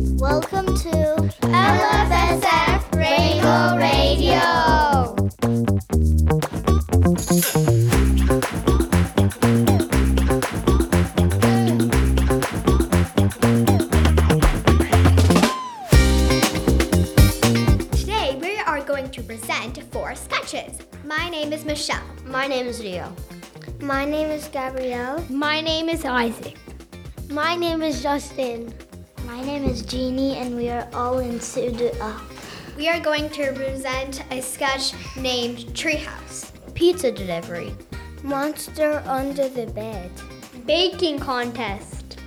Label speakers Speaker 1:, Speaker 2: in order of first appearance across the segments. Speaker 1: Welcome to LFSF Rainbow Radio. Today we are going to present four sketches. My name is Michelle. My name is Rio. My name is Gabrielle. My name is Isaac. My name is Justin.
Speaker 2: My name is Jeannie, and we are all in uh, Sudu'a.
Speaker 1: We are going to present a sketch named Treehouse.
Speaker 2: Pizza delivery.
Speaker 1: Monster under the bed. Baking contest.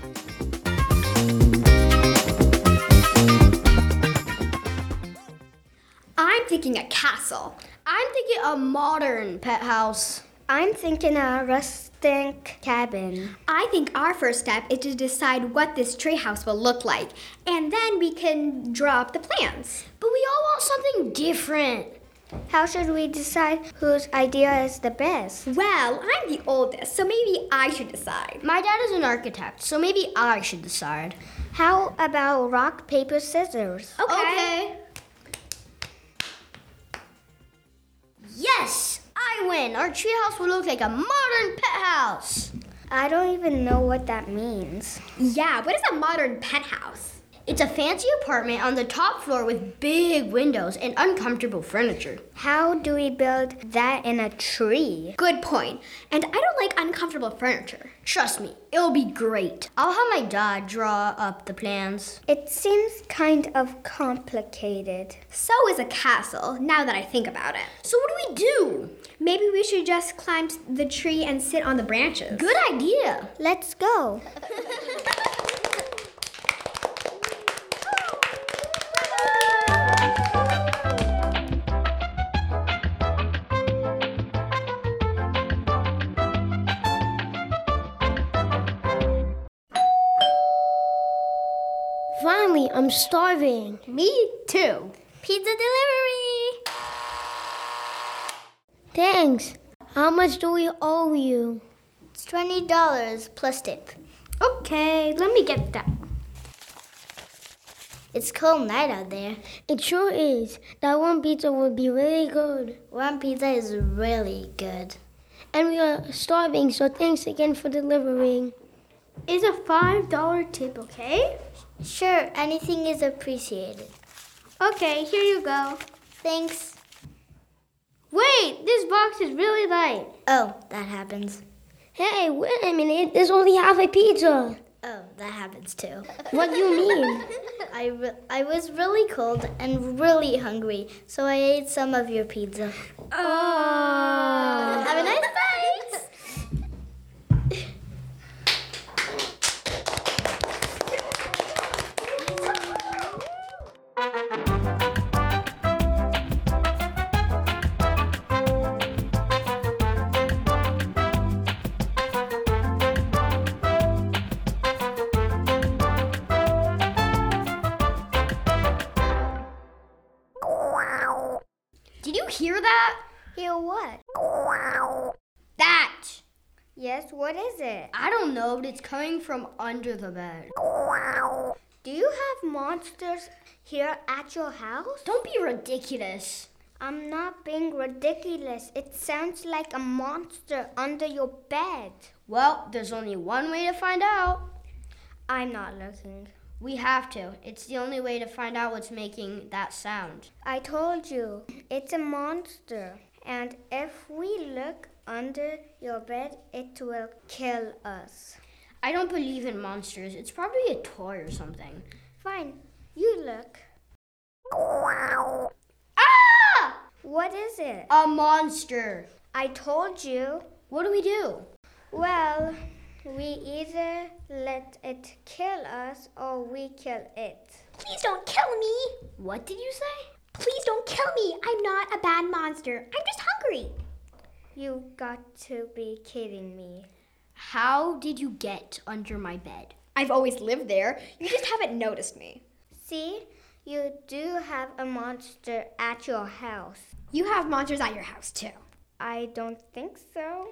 Speaker 1: I'm thinking a castle. I'm thinking a modern pet house.
Speaker 2: I'm thinking a rustic cabin.
Speaker 1: I think our first step is to decide what this treehouse will look like, and then we can draw up the plans. But we all want something different.
Speaker 2: How should we decide whose idea is the best?
Speaker 1: Well, I'm the oldest, so maybe I should decide.
Speaker 2: My dad is an architect, so maybe I should decide. How about rock, paper, scissors?
Speaker 1: Oh. Yes, I win. Our treehouse will look like a modern pet house.
Speaker 2: I don't even know what that means.
Speaker 1: Yeah, what is a modern pet house?
Speaker 3: It's a fancy apartment on the top floor with big windows and uncomfortable furniture.
Speaker 2: How do we build that in a tree?
Speaker 1: Good point. And I don't like uncomfortable furniture.
Speaker 3: Trust me, it'll be great. I'll have my dad draw up the plans.
Speaker 2: It seems kind of complicated.
Speaker 1: So is a castle, now that I think about it.
Speaker 3: So, what do we do?
Speaker 1: Maybe we should just climb the tree and sit on the branches.
Speaker 3: Good idea.
Speaker 2: Let's go. Finally, I'm starving.
Speaker 1: Me too. Pizza delivery.
Speaker 2: Thanks. How much do we owe you?
Speaker 1: It's twenty dollars plus tip. Okay, let me get that.
Speaker 3: It's cold night out there.
Speaker 2: It sure is. That one pizza would be really good.
Speaker 3: One pizza is really good.
Speaker 2: And we are starving, so thanks again for delivering.
Speaker 1: Is a five dollar tip okay?
Speaker 3: Sure, anything is appreciated.
Speaker 1: Okay, here you go.
Speaker 3: Thanks.
Speaker 1: Wait, this box is really light.
Speaker 3: Oh, that happens.
Speaker 2: Hey, wait a minute. There's only half a pizza.
Speaker 3: Oh, that happens too.
Speaker 2: What do you mean?
Speaker 3: I, re- I was really cold and really hungry, so I ate some of your pizza.
Speaker 1: Oh.
Speaker 3: Have a nice night.
Speaker 1: Did you hear that?
Speaker 2: Hear what?
Speaker 1: That.
Speaker 2: Yes, what is it?
Speaker 3: I don't know, but it's coming from under the bed.
Speaker 2: Do you have monsters here at your house?
Speaker 3: Don't be ridiculous.
Speaker 2: I'm not being ridiculous. It sounds like a monster under your bed.
Speaker 3: Well, there's only one way to find out.
Speaker 2: I'm not looking.
Speaker 3: We have to. It's the only way to find out what's making that sound.
Speaker 2: I told you, it's a monster. And if we look under your bed, it will kill us.
Speaker 3: I don't believe in monsters. It's probably a toy or something.
Speaker 2: Fine, you look.
Speaker 3: Ah!
Speaker 2: What is it?
Speaker 3: A monster.
Speaker 2: I told you.
Speaker 3: What do we do?
Speaker 2: Well, we either let it kill us or we kill it.
Speaker 1: Please don't kill me.
Speaker 3: What did you say?
Speaker 1: Please don't kill me. I'm not a bad monster. I'm just hungry.
Speaker 2: You got to be kidding me.
Speaker 3: How did you get under my bed?
Speaker 1: I've always lived there. You just haven't noticed me.
Speaker 2: See, you do have a monster at your house.
Speaker 1: You have monsters at your house too.
Speaker 2: I don't think so.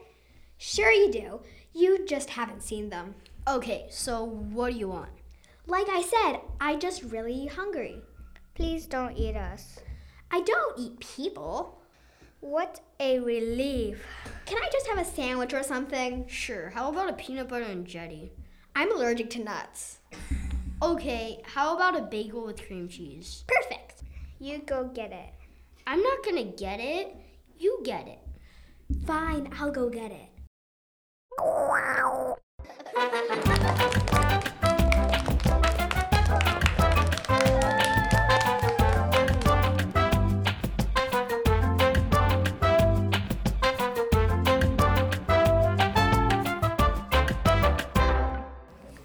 Speaker 1: Sure you do. You just haven't seen them.
Speaker 3: Okay, so what do you want?
Speaker 1: Like I said, I just really hungry.
Speaker 4: Please don't eat us.
Speaker 1: I don't eat people.
Speaker 4: What a relief.
Speaker 1: Can I just have a sandwich or something?
Speaker 5: Sure, how about a peanut butter and jelly?
Speaker 1: I'm allergic to nuts.
Speaker 5: Okay, how about a bagel with cream cheese?
Speaker 1: Perfect.
Speaker 4: You go get it.
Speaker 5: I'm not gonna get it. You get it.
Speaker 1: Fine, I'll go get it.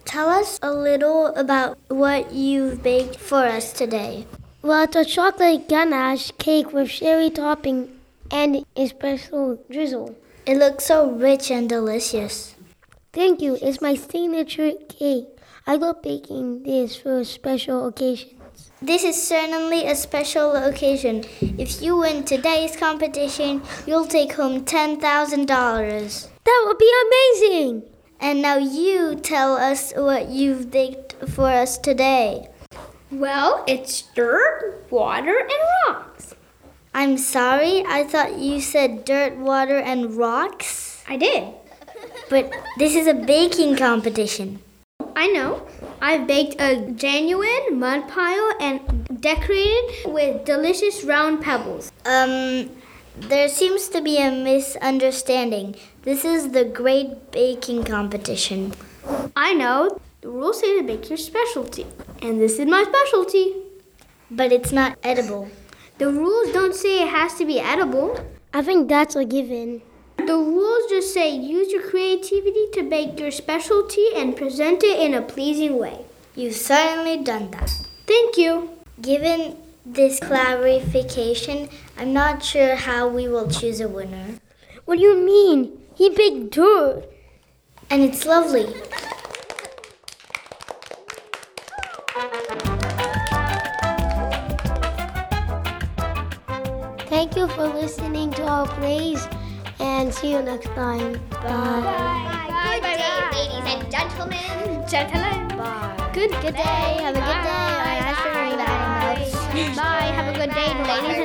Speaker 2: Tell us a little about what you've baked for us today.
Speaker 6: Well, it's a chocolate ganache cake with sherry topping and a special drizzle.
Speaker 2: It looks so rich and delicious.
Speaker 6: Thank you. It's my signature cake. I love baking this for special occasions.
Speaker 2: This is certainly a special occasion. If you win today's competition, you'll take home $10,000.
Speaker 6: That would be amazing!
Speaker 2: And now you tell us what you've baked for us today.
Speaker 1: Well, it's dirt, water, and rocks.
Speaker 2: I'm sorry, I thought you said dirt, water, and rocks.
Speaker 1: I did.
Speaker 2: But this is a baking competition.
Speaker 1: I know. I've baked a genuine mud pile and decorated with delicious round pebbles.
Speaker 2: Um, there seems to be a misunderstanding. This is the Great Baking Competition.
Speaker 1: I know. The rules say to bake your specialty, and this is my specialty.
Speaker 2: But it's not edible.
Speaker 1: The rules don't say it has to be edible.
Speaker 6: I think that's a given.
Speaker 1: The rules just say use your creativity to bake your specialty and present it in a pleasing way.
Speaker 2: You've certainly done that.
Speaker 1: Thank you.
Speaker 2: Given this clarification, I'm not sure how we will choose a winner.
Speaker 6: What do you mean? He baked dirt.
Speaker 2: And it's lovely.
Speaker 6: Thank you for listening to our plays and see you next time. Bye.
Speaker 1: Bye, good day, ladies and gentlemen. Gentlemen. Bye. Good, good day. Have a good day. Bye. Bye. Have a good day, ladies